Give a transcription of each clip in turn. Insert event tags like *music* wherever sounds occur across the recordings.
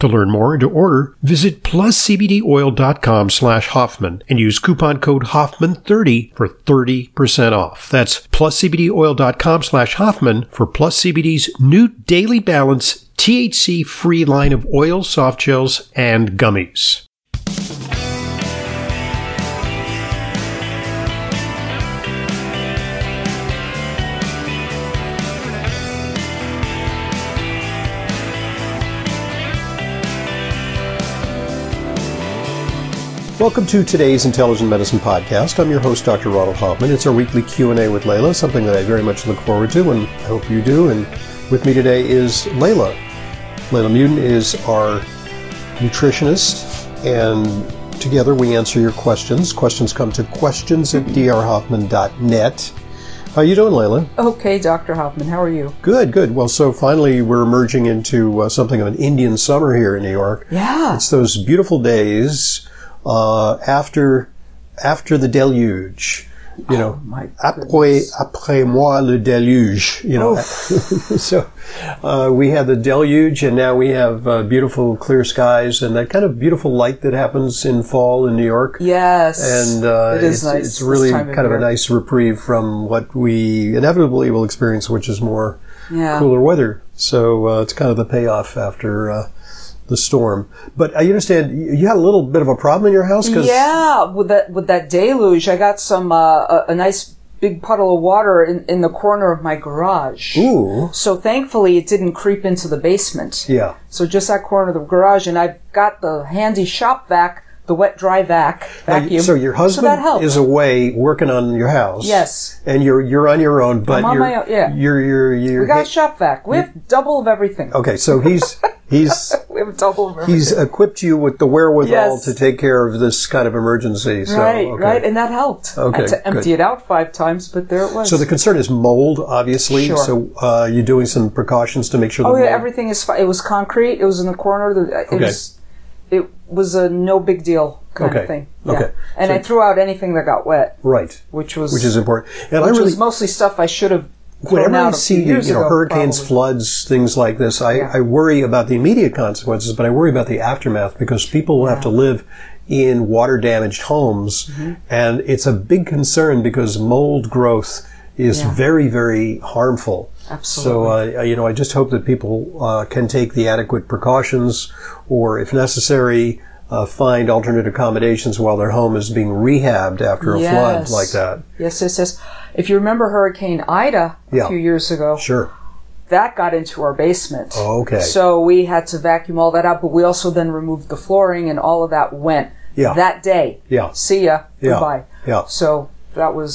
To learn more and to order, visit pluscbdoil.com slash Hoffman and use coupon code Hoffman30 for 30% off. That's pluscbdoil.com slash Hoffman for Plus CBD's new Daily Balance THC-free line of oils, soft gels, and gummies. Welcome to today's Intelligent Medicine podcast. I'm your host, Dr. Ronald Hoffman. It's our weekly Q&A with Layla, something that I very much look forward to, and I hope you do. And with me today is Layla. Layla Muden is our nutritionist, and together we answer your questions. Questions come to questions at drhoffman.net. How you doing, Layla? Okay, Dr. Hoffman, how are you? Good, good. Well, so finally we're merging into uh, something of an Indian summer here in New York. Yeah. It's those beautiful days uh, after after the deluge. You know, Oh, my après, après moi le deluge. You know, *laughs* so uh, we had the deluge, and now we have uh, beautiful clear skies and that kind of beautiful light that happens in fall in New York. Yes. And uh, it is it's, nice it's really this time kind of a year. nice reprieve from what we inevitably will experience, which is more yeah. cooler weather. So uh, it's kind of the payoff after uh, the storm. But I understand you you had a little bit of a problem in your house because Yeah, with that with that deluge, I got some uh, a, a nice big puddle of water in, in the corner of my garage. Ooh. So thankfully, it didn't creep into the basement. Yeah. So just that corner of the garage, and I've got the handy shop vac, the wet dry vac Now, vacuum. Uh, So your that husband helped. is away working on your house. Yes. And you're you're on your own, but on you're, my own, yeah. you're you're you're we got he- Oh. shop vac. We have double of everything. Okay, so he's he's We have double of everything. he's equipped you with the wherewithal Yes. to take care of this kind of emergency. So, right, okay. right, and that helped. I Okay, had to good. empty it out five times, but there it was. So the concern is mold, obviously. Sure. So uh, you're doing some precautions to make sure. Oh the yeah, mold- everything is fine. It was concrete. It was in the corner. The, it Okay. was it was a no big deal kind Okay. of thing. Okay. And I threw out anything that got wet, right, which was which is important. And I which really was mostly stuff I should have thrown whenever I out a see few the, years you know ago, hurricanes, probably. floods, things like this, I, Yeah. I worry about the immediate consequences, but I worry about the aftermath because people will have to live in water damaged homes, Mm-hmm. and it's a big concern because mold growth is Yeah. very very harmful. Absolutely. So uh, you know, I just hope that people uh, can take the adequate precautions, or if necessary. Uh, find alternate accommodations while their home is being rehabbed after a flood Yes. like that. Yes, yes, yes. If you remember Hurricane Ida a Yeah. few years ago, Sure. that got into our basement. Okay. So we had to vacuum all that out, but we also then removed the flooring and all of that went Yeah. that day. Yeah. See ya. Yeah. Goodbye. Yeah. So that was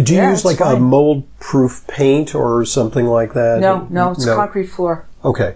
Do you Yeah, use it's like a fine. mold proof paint or something like that? no, no, it's concrete floor. Okay.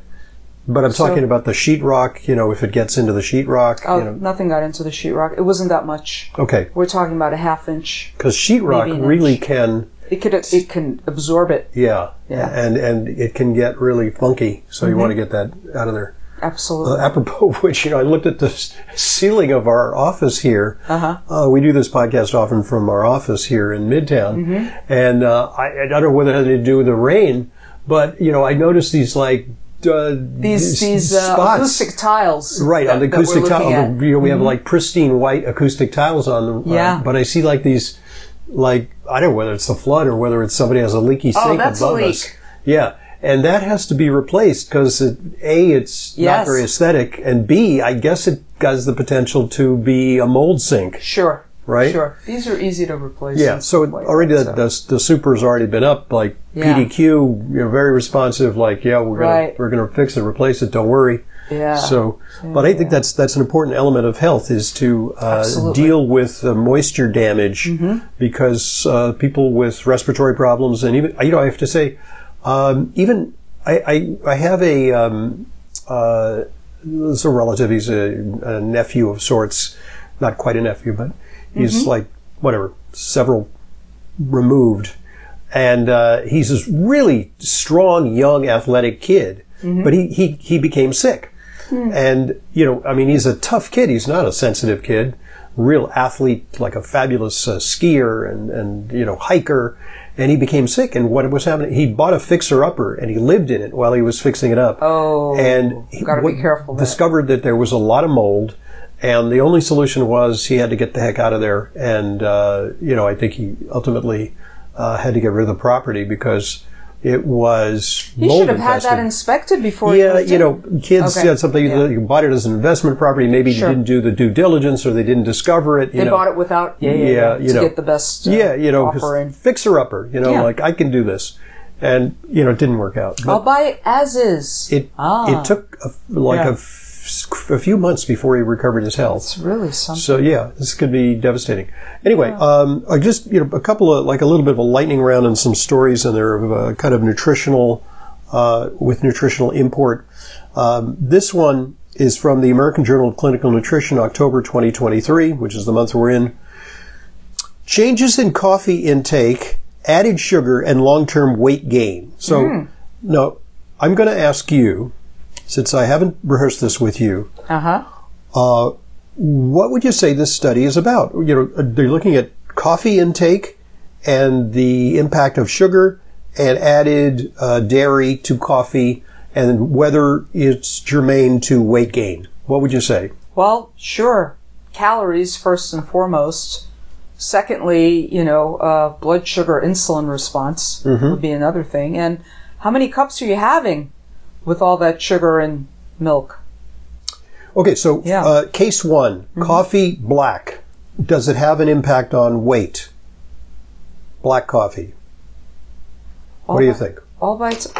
But I'm talking about the sheetrock, you know, if it gets into the sheetrock, Oh, you know. nothing got into the sheetrock. It wasn't that much. Okay. We're talking about a half inch. Because Maybe sheetrock an really can, It could it can absorb it yeah, Yeah. Mm-hmm. And, and it can get really funky. So you want to get that out of there. Uh, absolutely. *laughs* apropos of which, you know, I looked at the s- ceiling of our office here. Uh-huh. Uh, we do this podcast often from our office here in Midtown, Mm-hmm. and uh, I, I don't know whether it had to do with the rain, but you know, I noticed these like uh, These s- these uh, spots. acoustic tiles. Right on the that- that we're acoustic looking tile, at. Mm-hmm. you know, we have like pristine white acoustic tiles on them. uh, Yeah. but I see like these, like I don't know whether it's the flood or whether it's somebody has a leaky Oh, sink that's a above leak. us. Yeah, and that has to be replaced because it, a it's not Yes. very aesthetic, and b I guess it has the potential to be a mold sink, Sure. right? Sure. These are easy to replace. Yeah, and so it, stuff like already that, the, so. the the super's already been up. Like Yeah. PDQ, you know, very responsive. Like yeah, we're gonna Right. we're gonna fix it, replace it. Don't worry. Yeah. So, but I think that's that's an important element of health is to uh, Absolutely. Mm-hmm. deal with the moisture damage because uh, people with respiratory problems and even you know I have to say um, even I, I I have a um, uh, it's a relative he's a, a nephew of sorts not quite a nephew but he's Mm-hmm. like whatever several removed and uh, he's this really strong, young, athletic kid. Mm-hmm. But he, he he became sick, Hmm. and you know, I mean, he's a tough kid. He's not a sensitive kid. Real athlete, like a fabulous uh, skier and and you know hiker. And he became sick. And what was happening? He bought a fixer upper, and he lived in it while he was fixing it up. Oh, and he gotta be careful then. discovered that there was a lot of mold. And the only solution was he had to get the heck out of there. And, uh, you know, I think he ultimately uh, had to get rid of the property because it was He mold should have had that infested. inspected before. Yeah, he moved you in. know, kids Okay. had something Yeah. that you bought it as an investment property. Maybe Sure. you didn't do the due diligence or they didn't discover it. You they know. bought it without. Yeah, yeah, Yeah, yeah, you to know. get the best. Uh, Yeah, you know, 'cause offer in. fixer upper. You know, Yeah. like I can do this, and you know, it didn't work out. But- I'll buy it as is. it Ah. it took a, like Yeah. a f- a few months before he recovered his health. it's really something. So yeah, this could be devastating. Anyway, um, I just you know a couple of like a little bit of a lightning round and some stories, and they're of uh, kind of nutritional uh, with nutritional import. Um, this one is from the American Journal of Clinical Nutrition, October 2023, which is the month we're in. Changes in coffee intake, added sugar, and long-term weight gain. So now I'm going to ask you, since I haven't rehearsed this with you Uh huh. Uh, what would you say this study is about? You know, uh, they're looking at coffee intake and the impact of sugar and added uh, dairy to coffee and whether it's germane to weight gain. What would you say? Well, sure. Calories, first and foremost. Secondly, you know, uh, blood sugar insulin response Mm-hmm. would be another thing. And how many cups are you having with all that sugar and milk? Okay, so Yeah. uh, case one, coffee black. Does it have an impact on weight? Black coffee. All what do you by- think? All by its-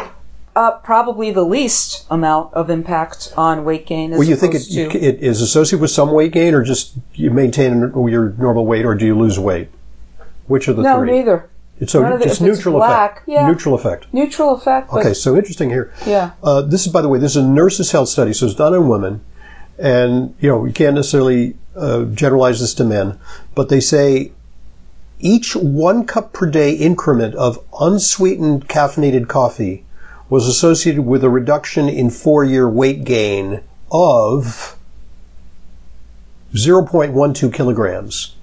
uh, probably the least amount of impact on weight gain. As Well, you think it, opposed to, it is associated with some weight gain, or just you maintain your normal weight, or do you lose weight? Which of the no, three? neither It's so None of it- just if it's neutral black, effect. yeah. Neutral effect. neutral effect. But Okay, so interesting here. yeah, Uh, this is, by the way, this is a nurses' health study, so it's done on women, and you know you can't necessarily uh, generalize this to men, but they say each one cup per day increment of unsweetened caffeinated coffee was associated with a reduction in four-year weight gain of 0.12 kilograms.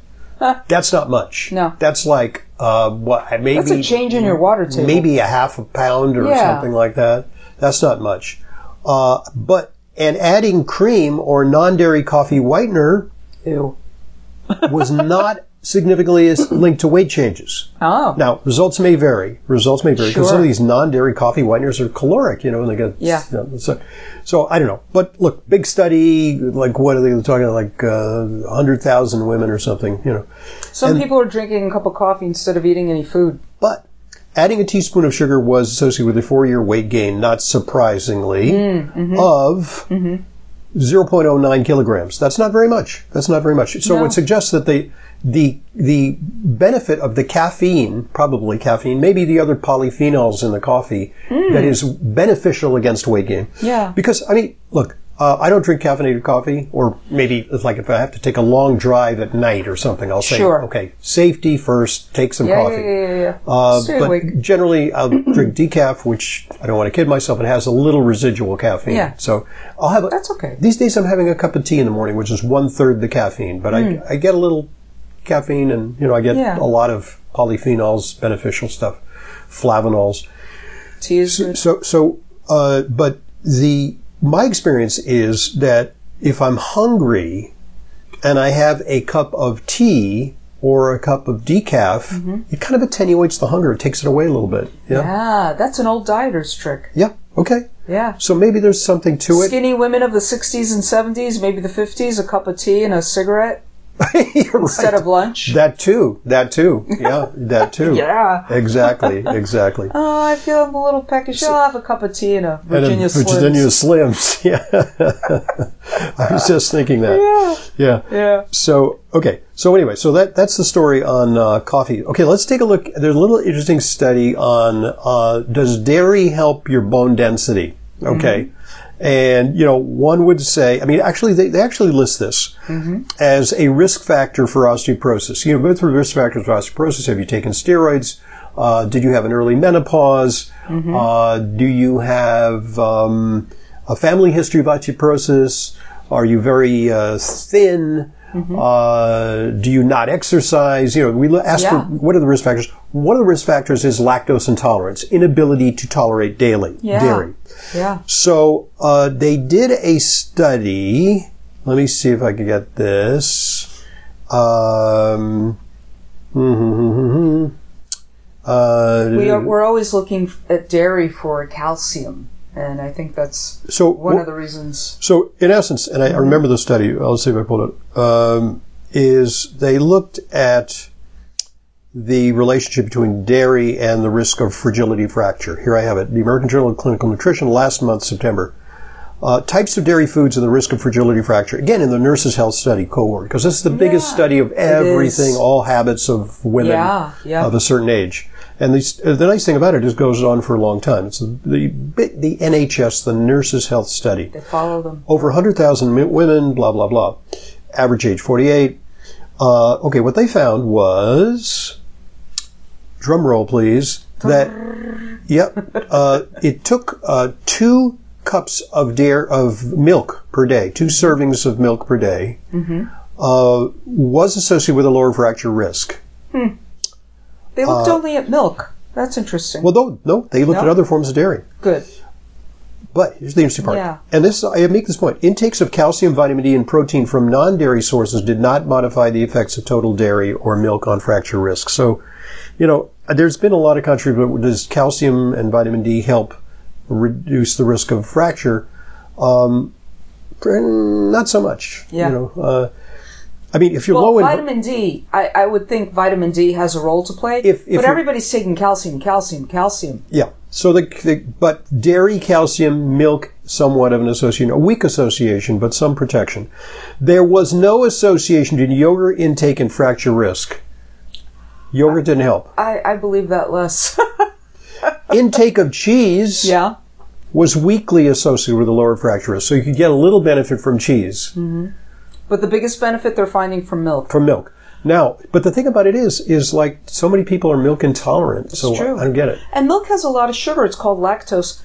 That's not much. No. That's like uh, what maybe that's a change in your water table. maybe a half a pound or Yeah. something like that. That's not much. Uh, but and adding cream or non-dairy coffee whitener Ew. *laughs* was not significantly as linked to weight changes. Oh, Now results may vary. Results may vary because some Sure. of these non-dairy coffee whiteners are caloric, you know, and they get Yeah. you know, so, so I don't know. But look, big study like what are they talking like uh, hundred thousand women or something, you know. some people are drinking a cup of coffee instead of eating any food. But adding a teaspoon of sugar was associated with a four year weight gain, not surprisingly, Mm, mm-hmm. of 0.09 kilograms. That's not very much. That's not very much. So No. it suggests that the the the benefit of the caffeine, probably caffeine, maybe the other polyphenols in the coffee, that is beneficial against weight gain. Mm. Yeah. Because I mean, look, uh, I don't drink caffeinated coffee, or maybe it's like if I have to take a long drive at night or something, I'll say, Sure. okay, safety first, take some Yeah, coffee. yeah, yeah, yeah. yeah. Uh, Stay but awake. generally, *clears throat* I'll drink decaf, which I don't want to kid myself. It has a little residual caffeine. Yeah. So I'll have. A, That's okay. These days, I'm having a cup of tea in the morning, which is one third the caffeine. But I, I get a little caffeine, and you know, I get Hmm. Yeah. a lot of polyphenols, beneficial stuff, flavonols. Tea is good. So, so, uh, but the my experience is that if I'm hungry and I have a cup of tea or a cup of decaf, Mm-hmm. it kind of attenuates the hunger. It takes it away a little bit. Yeah. Yeah, that's an old dieter's trick. Yeah. Okay. Yeah. So maybe there's something to it. Skinny women of the 60s and 70s, maybe the 50s, a cup of tea and a cigarette. *laughs* You're instead right. of lunch. that too. That too. Yeah. *laughs* That too. Yeah. *laughs* Exactly. Exactly. oh, I feel I'm a little peckish. I'll have a cup of tea and a And Virginia then Slims. Virginia Slims. *laughs* Yeah. *laughs* I was just thinking that. Yeah. Yeah. So okay. So anyway, so that that's the story on uh, coffee. Okay, let's take a look. There's a little interesting study on uh, does dairy help your bone density? Okay, and you know one would say, I mean, actually they, they actually list this as a risk factor for osteoporosis. You know, go through the risk factors for osteoporosis. Have you taken steroids? Uh, did you have an early menopause? Uh, do you have um, a family history of osteoporosis? Are you very uh, thin? Mm-hmm. Uh, do you not exercise? You know, we l- ask Yeah. for what are the risk factors. One of the risk factors is lactose intolerance, inability to tolerate daily Yeah. dairy. Yeah. So uh, they did a study. Let me see if I can get this. Um, mm-hmm, uh, We are, we're always looking f- at dairy for calcium, and I think that's so one wh- of the reasons. So, in essence, and I, I remember the study, I'll see if I pulled it, um, is they looked at the relationship between dairy and the risk of fragility fracture. Here I have it. The American Journal of Clinical Nutrition last month, September. Uh, types of dairy foods and the risk of fragility fracture. Again, in the Nurses Health Study cohort, because this is the biggest Yeah, study of everything, is. all habits of women Yeah, yeah. of a certain age. And these, uh, the nice thing about it is it goes on for a long time. It's the, the, bit- the NHS, the Nurses Health Study They follow them. over 100,000 mi- women, blah, blah, blah. Average age 48. Uh, okay, what they found was, drum roll please, that, yep, uh, it took uh, two cups of dare of milk per day, two servings of milk per day, uh, was associated with a lower fracture risk. They looked only at milk. That's interesting. Uh, Well, no, no, they looked at No? other forms of dairy. Good. But here's the interesting part. Yeah. And this, I make this point. Intakes of calcium, vitamin D, and protein from non-dairy sources did not modify the effects of total dairy or milk on fracture risk. So, you know, there's been a lot of controversy, but does calcium and vitamin D help reduce the risk of fracture? Um, pr- not so much. Yeah. You know, uh, I mean, if you're Well, low in, vitamin D, I, I would think vitamin D has a role to play. If- if but you're- everybody's taking calcium, calcium, calcium. Yeah. So the, the but dairy, calcium, milk, somewhat of an association, a weak association, but some protection. There was no association between yogurt intake and fracture risk. Yogurt didn't help. I, I believe that less. *laughs* Intake of cheese yeah. was weakly associated with a lower fracture risk, so you could get a little benefit from cheese. Mm. But the biggest benefit they're finding from milk. from milk. Now, but the thing about it is, is like so many people are milk intolerant. so true. I don't get it. And milk has a lot of sugar. It's called lactose.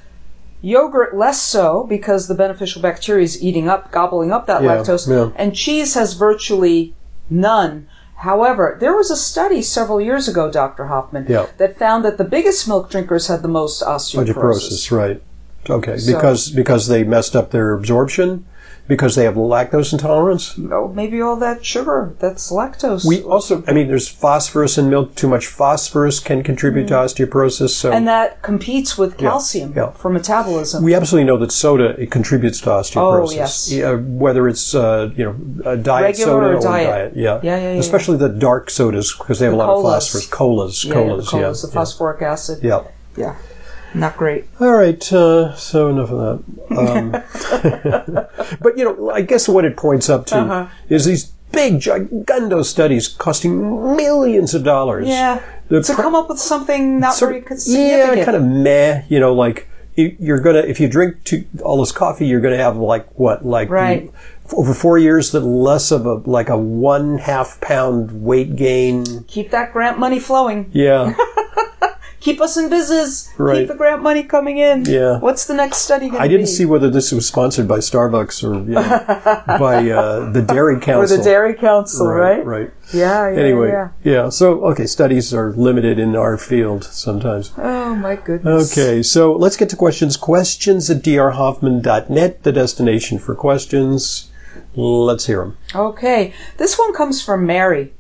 Yogurt less so because the beneficial bacteria is eating up, gobbling up that Yeah, lactose. yeah. And cheese has virtually none. However, there was a study several years ago, Dr. Hoffman, Yeah. that found that the biggest milk drinkers had the most osteoporosis. Osteoporosis, right? Okay, So- because because they messed up their absorption, because they have lactose intolerance. Oh, maybe all that sugar, that's lactose. We also, I mean, there's phosphorus in milk. Too much phosphorus can contribute to osteoporosis. So Mm. and that competes with calcium yeah. for metabolism. we absolutely know that soda it contributes to osteoporosis. Oh, yes. Yeah, whether it's uh, you know a diet Regular soda or or diet. Yeah. Yeah, yeah, yeah, Especially the dark sodas because they have The a lot colas. of phosphorus. Colas, yeah, yeah, the colas, colas, the yeah. phosphoric acid. yeah. Yeah. Not great. All right, uh, so enough of Um, that. Um, *laughs* but you know, I guess what it points up to is these big, gigando studies costing millions of dollars. Yeah. The to pro- come up with something not sort very of- significant. yeah, kind of meh. You know, like you- you're gonna if you drink two, all this coffee, you're gonna have like what, like Right. f- over four years, that less of a like a one half pound weight gain. Keep that grant money flowing. *laughs* Yeah, Keep us in business. Right. Keep the grant money coming in. Yeah. What's the next study going to be? I didn't see whether this was sponsored by Starbucks or you know, by uh, the Dairy Or Council. the Dairy Council, Right. right? right. Yeah, yeah, Anyway, yeah. yeah. So, okay, studies are limited in our field sometimes. Oh, my goodness. Okay, so let's get to questions. Questions at drhoffman.net, the destination for questions. Let's hear them. Okay. This one comes from Mary.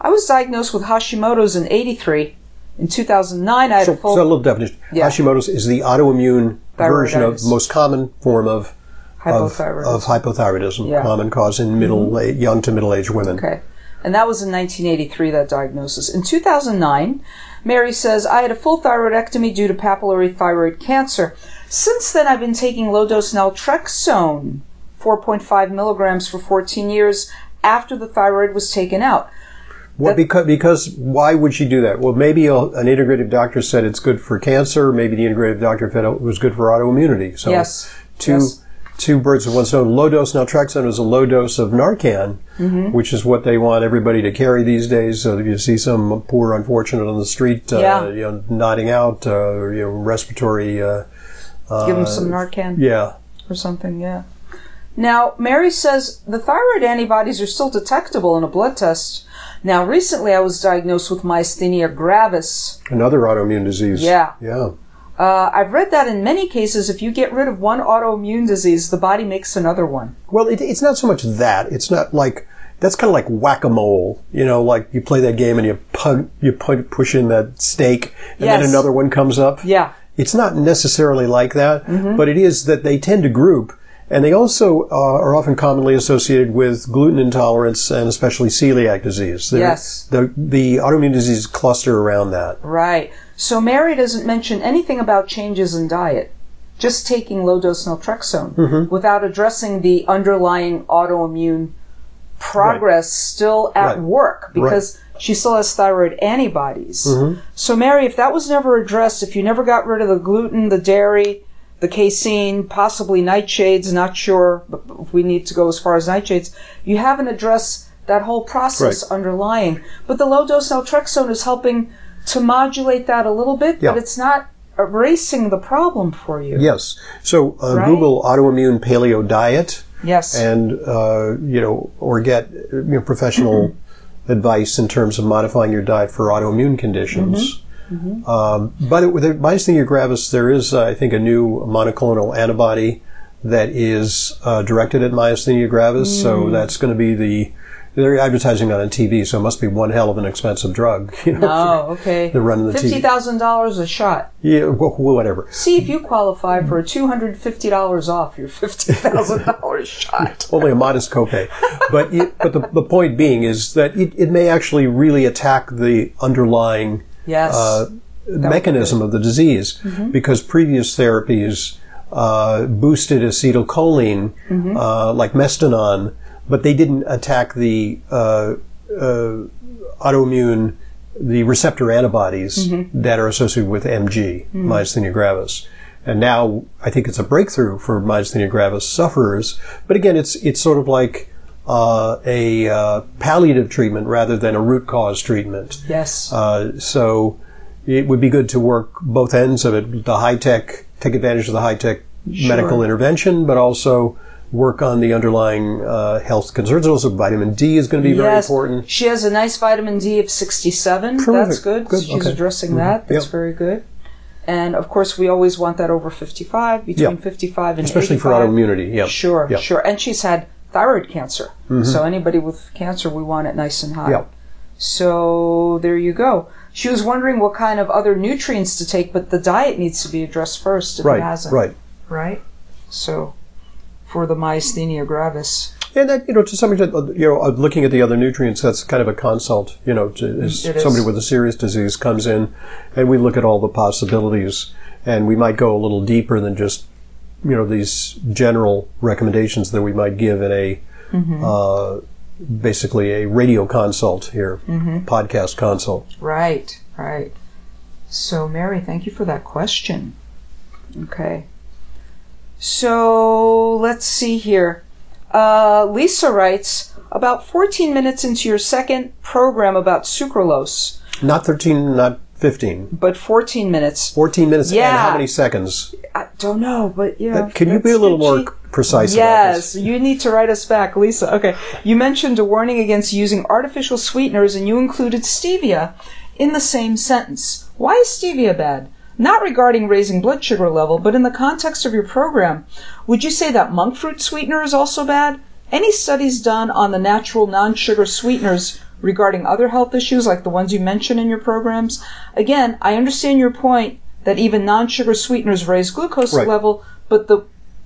I was diagnosed with Hashimoto's in 83. In 2009, I had So, a full so a little definition. Yeah. Hashimoto's is the autoimmune version of Thyroiditis. most common form of of, Hypothyroidism. of hypothyroidism, Yeah. Mm-hmm. common cause in middle a- young to middle aged women. Okay. And that was in 1983, that diagnosis. In 2009, Mary says, I had a full thyroidectomy due to papillary thyroid cancer. Since then, I've been taking low dose naltrexone, 4.5 milligrams for 14 years after the thyroid was taken out. What, That- because, because why would she do that? Well, maybe a, an integrative doctor said it's good for cancer. Maybe the integrative doctor said it was good for autoimmunity. So Yes. two Yes. two birds with one stone. Low dose naltrexone is a low dose of Narcan, Mm-hmm. which is what they want everybody to carry these days. So if you see some poor unfortunate on the street, uh, Yeah. you know, nodding out, uh, or, you know, respiratory, uh, Give him some Narcan yeah. or something, yeah. Now, Mary says the thyroid antibodies are still detectable in a blood test. Now, recently I was diagnosed with myasthenia gravis, Another autoimmune disease. Yeah. Yeah. Uh, I've read that in many cases, if you get rid of one autoimmune disease, the body makes another one. Well, it, it's not so much that. It's not like that's kind of like whack a mole. You know, like you play that game and you pug, you pu- push in that stake, and Yes. then another one comes up. Yeah. It's not necessarily like that, Mm-hmm. but it is that they tend to group, and they also uh, are often commonly associated with gluten intolerance and especially celiac disease. They're- Yes. The the autoimmune diseases cluster around that. Right. So Mary doesn't mention anything about changes in diet, just taking low dose naltrexone Mm-hmm. without addressing the underlying autoimmune progress still at Right. Mm-hmm. work because she still has thyroid antibodies. So Mary, if that was never addressed, if you never got rid of the gluten, the dairy, the casein, possibly nightshades, not sure but if we need to go as far as nightshades, you haven't addressed that whole process Right. underlying. But the low dose naltrexone is helping to modulate that a little bit, Yeah. but it's not erasing the problem for you. Yes. So uh, Right. Google autoimmune paleo diet. Yes. and uh, you know, or get you know, professional advice in terms of modifying your diet for autoimmune conditions. Um, but it, with the myasthenia gravis, there is, uh, I think, a new monoclonal antibody that is uh, directed at myasthenia gravis. So that's going to be the they're advertising it on TV, so it must be one hell of an expensive drug. *laughs* You know, oh, okay. They're running the TV. $50,000 a shot. yeah, wh- whatever. See if you qualify for a $250 off your *laughs* $50,000 shot. only a modest copay. But it, but the, the point being is that it, it may actually really attack the underlying Yes. uh, mechanism of the disease because previous therapies uh, boosted acetylcholine uh, like mestinon, but they didn't attack the uh, uh, autoimmune the receptor antibodies that are associated with MG, myasthenia gravis. And now I think it's a breakthrough for myasthenia gravis sufferers. But again, it's it's sort of like uh, a uh, palliative treatment rather than a root cause treatment. yes. Uh, so it would be good to work both ends of it, the high tech, take advantage of the high tech medical intervention, but also work on the underlying uh, health concerns. Also, vitamin D is going to be very yes. important. She has a nice vitamin D of 67. That's Terrific. good. Good, She's okay. Mm-hmm. addressing that. That's Yep. very good. And of course, we always want that over 55, Yeah. between 55 and Especially for 85. autoimmunity, yeah. Sure, Yeah. sure. And she's had thyroid cancer. Mm-hmm. So anybody with cancer, we want it nice and high. Yeah. So there you go. She was wondering what kind of other nutrients to take, but the diet needs to be addressed first if it Right, hasn't. right. Right? So for the myasthenia gravis. And that, you know, to some extent, uh, you know, uh, looking at the other nutrients, that's kind of a consult. You know, to, is It is. somebody with a serious disease comes in, and we look at all the possibilities, and we might go a little deeper than just, you know, these general recommendations that we might give in a, Mm-hmm. uh, basically a radio consult here, Mm-hmm. podcast consult. Right, right. So Mary, thank you for that question. Okay. So let's see here. Uh, Lisa writes about 14 minutes into your second program about sucralose, Not 13, not 15. but 14 minutes. 14 minutes and Yeah. how many seconds? I don't know, but yeah. That- Uh, Can you be a that's little more itchy. precise about this? Yes, you need to write us back, Lisa. Okay. You mentioned a warning against using artificial sweeteners and you included stevia in the same sentence. Why is stevia bad? Not regarding raising blood sugar level, but in the context of your program, would you say that monk fruit sweetener is also bad? Any studies done on the natural non sugar sweeteners regarding other health issues like the ones you mention in your programs? Again, I understand your point that even non sugar sweeteners raise glucose Right. level, but the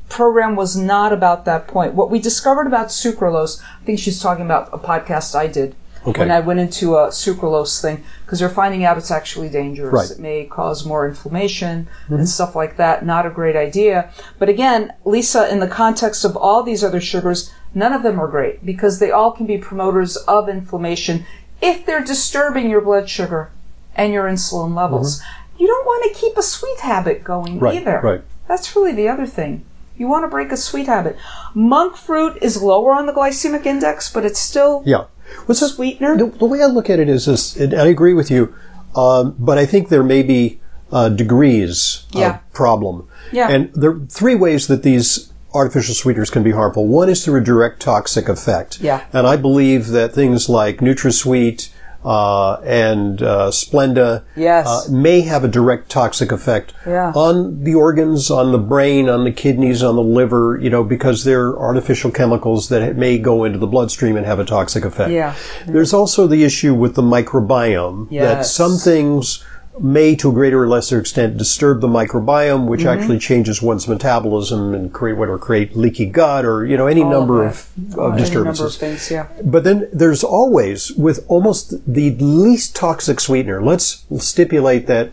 program was not about that point. What we discovered about sucralose, I think she's talking about a podcast I did. Okay. When I went into a sucralose thing, because they're finding out it's actually dangerous. Right. Mm-hmm. It may cause more inflammation and stuff like that. Not a great idea. But again, Lisa, in the context of all these other sugars, none of them are great because they all can be promoters of inflammation if they're disturbing your blood sugar and your insulin levels. You don't want to keep a sweet habit going Mm-hmm. Right, either. right. That's really the other thing. You want to break a sweet habit. Monk fruit is lower on the glycemic index, but it's still Yeah. What's that- Sweetener? The, the way I look at it is this, and I agree with you, um, but I think there may be uh, degrees Yeah. of problem. Yeah. And there are three ways that these artificial sweeteners can be harmful. One is through a direct toxic effect. Yeah. And I believe that things like NutraSweet uh, and uh, Splenda Yes. uh, may have a direct toxic effect Yeah. on the organs, on the brain, on the kidneys, on the liver, you know, because they're artificial chemicals that may go into the bloodstream and have a toxic effect. Yeah. There's also the issue with the microbiome that Yes. some things may, to a greater or lesser extent, disturb the microbiome, which Mm-hmm. actually changes one's metabolism and create what or create leaky gut or you know any All of number that. of, Any of disturbances. number of things, yeah. But then there's always, with almost the least toxic sweetener, let's stipulate that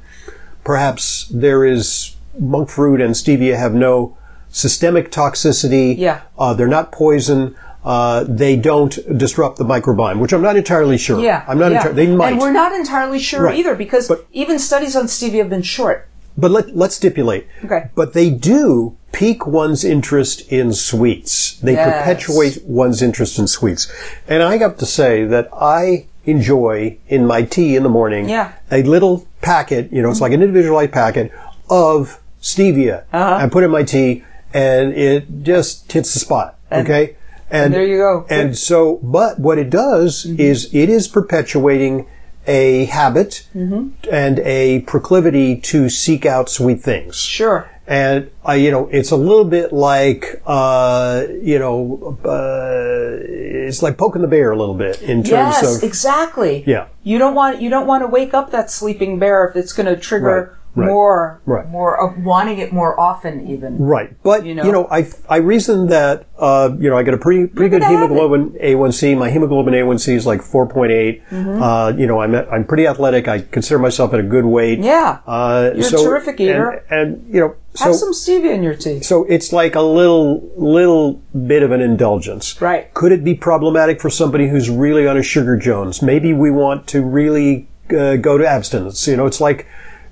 perhaps there is monk fruit and stevia have no systemic toxicity. Yeah. Uh, they're not poison. Uh, they don't disrupt the microbiome, which I'm not entirely sure. Yeah. I'm not yeah. entirely, they might. And we're not entirely sure Right. either because But- even studies on stevia have been short. But let, let's stipulate. Okay. But they do pique one's interest in sweets. They Yes. perpetuate one's interest in sweets. And I have to say that I enjoy in my tea in the morning Yeah. a little packet, you know, it's like an individualized packet of stevia. Uh-huh. I put in my tea and it just hits the spot. okay. And there you go. And so, but what it does Mm-hmm. is it is perpetuating a habit Mm-hmm. and a proclivity to seek out sweet things. Sure. And uh, you know, it's a little bit like uh, you know, uh, it's like poking the bear a little bit in terms Yes, of exactly. Yeah. You don't want you don't want to wake up that sleeping bear if it's going to trigger Right, right, more right. more of wanting it more often even. Right, but You you know? know, I I reasoned that uh, you know I got a pretty pretty Look good at that. hemoglobin A1C. My hemoglobin A1C is like 4.8. Mm-hmm. Uh, you know, I'm I'm pretty athletic. I consider myself at a good weight. Yeah. uh, You're a so- terrific eater. and, and you know, so Have some stevia in your tea. so it's like a little little bit of an indulgence. Right. Could it be problematic for somebody who's really on a sugar Jones? Maybe we want to really uh, go to abstinence. You know, it's like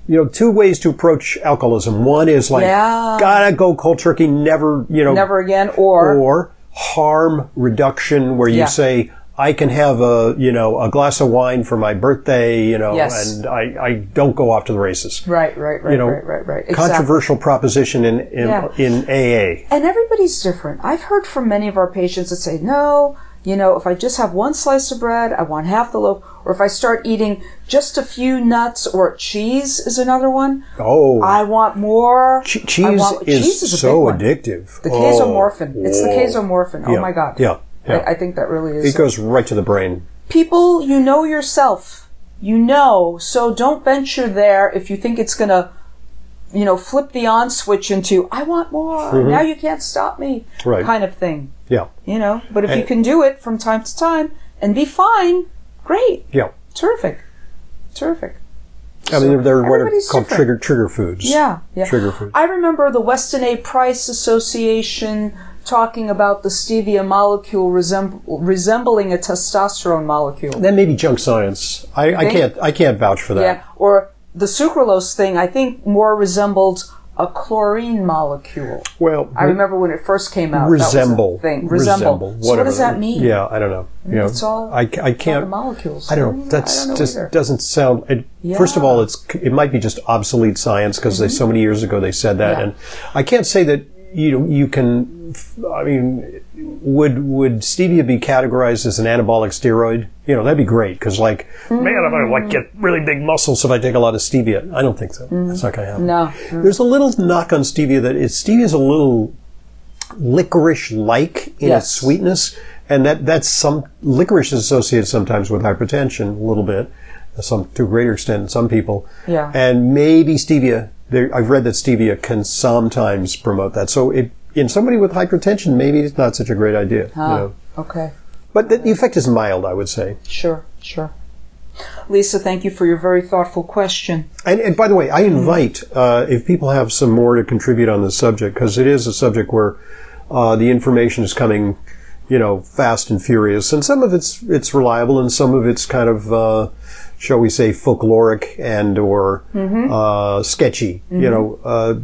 you know two ways to approach alcoholism. One is like Yeah. gotta go cold turkey, never you know Never again or, or harm reduction where you Yeah. say I can have a you know a glass of wine for my birthday, you know, Yes. and I, I don't go off to the races. right, right, right, You know, right, right, right. Exactly. controversial proposition in in, Yeah. in AA. and everybody's different. I've heard from many of our patients that say, no, you know, if I just have one slice of bread, I want half the loaf, or if I start eating just a few nuts or cheese is another one. Oh. I want more. Che- I cheese, want- is cheese is a so big one. addictive. The Oh, casomorphin. It's the whoa. casomorphin. Oh Yeah, my God. Yeah. yeah. I, I think that really is. it goes right to the brain. People, you know yourself. You know, so don't venture there if you think it's gonna, you know, flip the on switch into, I want more. Mm-hmm. Now you can't stop me. Right. Kind of thing Yeah. you know. But if you And- can do it from time to time and be fine, great, Yeah. terrific, terrific. I mean, there, there are what are Everybody's called different. trigger trigger foods. Yeah, yeah. Trigger foods. I remember the Weston A. Price Association talking about the stevia molecule resemb- resembling a testosterone molecule. That may be junk science. I, I They- can't. I can't vouch for Yeah, that. or the sucralose thing. I think more resembled a chlorine molecule. Well, I remember when it first came out. that was a resemble thing. Resemble. So what whatever does that mean? Mm, Yeah, I don't know. You know, it's all I, ca- I About the can't. molecules. Mm, I don't know. That's I don't know just either. doesn't sound. It, First of Yeah. Mm-hmm. all, it's it might be just obsolete science because they so many years ago they said that, Yeah. and I can't say that you know you can. f- I mean, would would stevia be categorized as an anabolic steroid? You know, that'd be great because like Mm-hmm. man, I'm gonna like get really big muscles if I take a lot of stevia. I don't think so. That's not gonna happen. No. There's a little knock on stevia that it, stevia's a little licorice-like in Yes. its sweetness, and that that's some licorice is associated sometimes with hypertension a little bit, some to a greater extent in some people. Yeah. And maybe stevia. There, I've read that stevia can sometimes promote that, so it in somebody with hypertension, maybe it's not such a great idea. you Ah, know. okay. But the, the effect is mild, I would say. Sure, sure. Lisa, thank you for your very thoughtful question. And, and by the way, I Hmm. invite uh, if people have some more to contribute on this subject because it is a subject where uh, the information is coming, you know, fast and furious, and some of it's it's reliable, and some of it's kind of, uh, shall we say, folkloric and or Mm-hmm. uh, sketchy. You know, uh,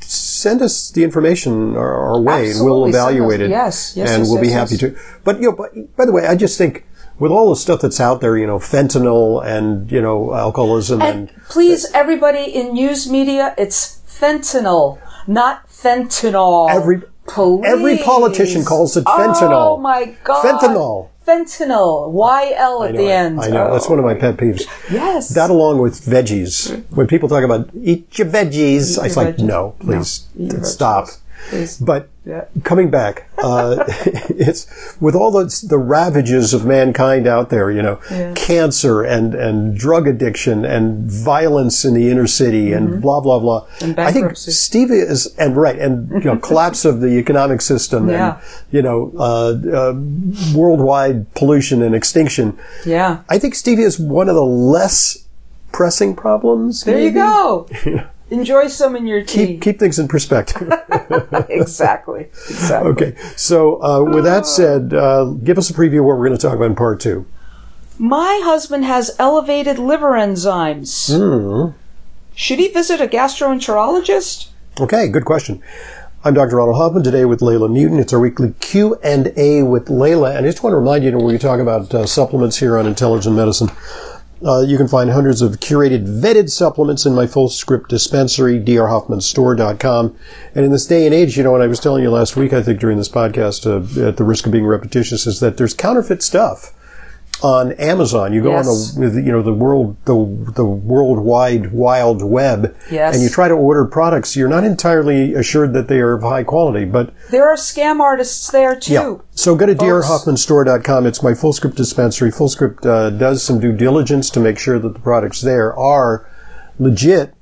send us the information our, our way, Absolutely, and we'll send us- evaluate it. yes, yes, and yes, we'll be yes, happy yes. to. But you know, by, by the way, I just think. With all the stuff that's out there, you know, fentanyl and, you know, alcoholism and And please, everybody in news media, it's fentanyl, not fentanyl. Every- Please. every politician calls it fentanyl. Oh my god. Fentanyl. Fentanyl. YL at I know the it. end. I know. That's one of my pet peeves. Yes. That along with veggies. When people talk about eat your veggies, I was your like, veggies. no, please Eat your stop. Please. But Yeah. coming back, uh, *laughs* it's with all the, the ravages of mankind out there, you know, cancer and, and drug addiction and violence in the inner city and blah, blah, blah. I think Mm-hmm. bankruptcy. Steve is, and right, and, *laughs* you know, collapse of the economic system Yeah. and, you know, uh, uh, worldwide pollution and extinction. Yeah. I think stevia is one of the less pressing problems. There you maybe. *laughs* go. Enjoy some in your tea. Keep, keep things in perspective. *laughs* exactly. Exactly. okay. So, uh, with that said, uh, give us a preview of what we're going to talk about in part two. My husband has elevated liver enzymes. Should he visit a gastroenterologist? Okay. Good question. I'm Dr. Ronald Hoffman today with Layla Newton. It's our weekly Q and A with Layla, and I just want to remind you that when we talk about uh, supplements here on Intelligent Medicine, Uh, you can find hundreds of curated, vetted supplements in my full script dispensary, drhoffmanstore.com. And in this day and age, you know, and I was telling you last week, I think during this podcast, uh, at the risk of being repetitious, is that there's counterfeit stuff on Amazon. You go Yes. on the, with, you know, the world, the, the worldwide wild web, Yes. and you try to order products. You're not entirely assured that they are of high quality, but There are scam artists there too. so go to folks. drhoffmanstore.com. It's my full script dispensary. Full script uh, does some due diligence to make sure that the products there are legit.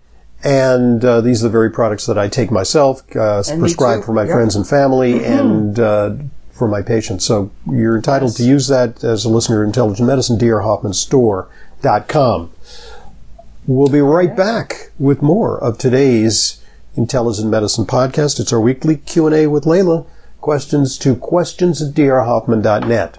And uh, these are the very products that I take myself, uh, And me prescribe too. Mm-hmm. for my Yeah. friends and family, and uh, for my patients. So you're entitled to use that as a listener to Intelligent Medicine, drhoffmanstore.com. We'll be right back with more of today's Intelligent Medicine podcast. It's our weekly Q&A with Layla. Questions to questions at drhoffman.net.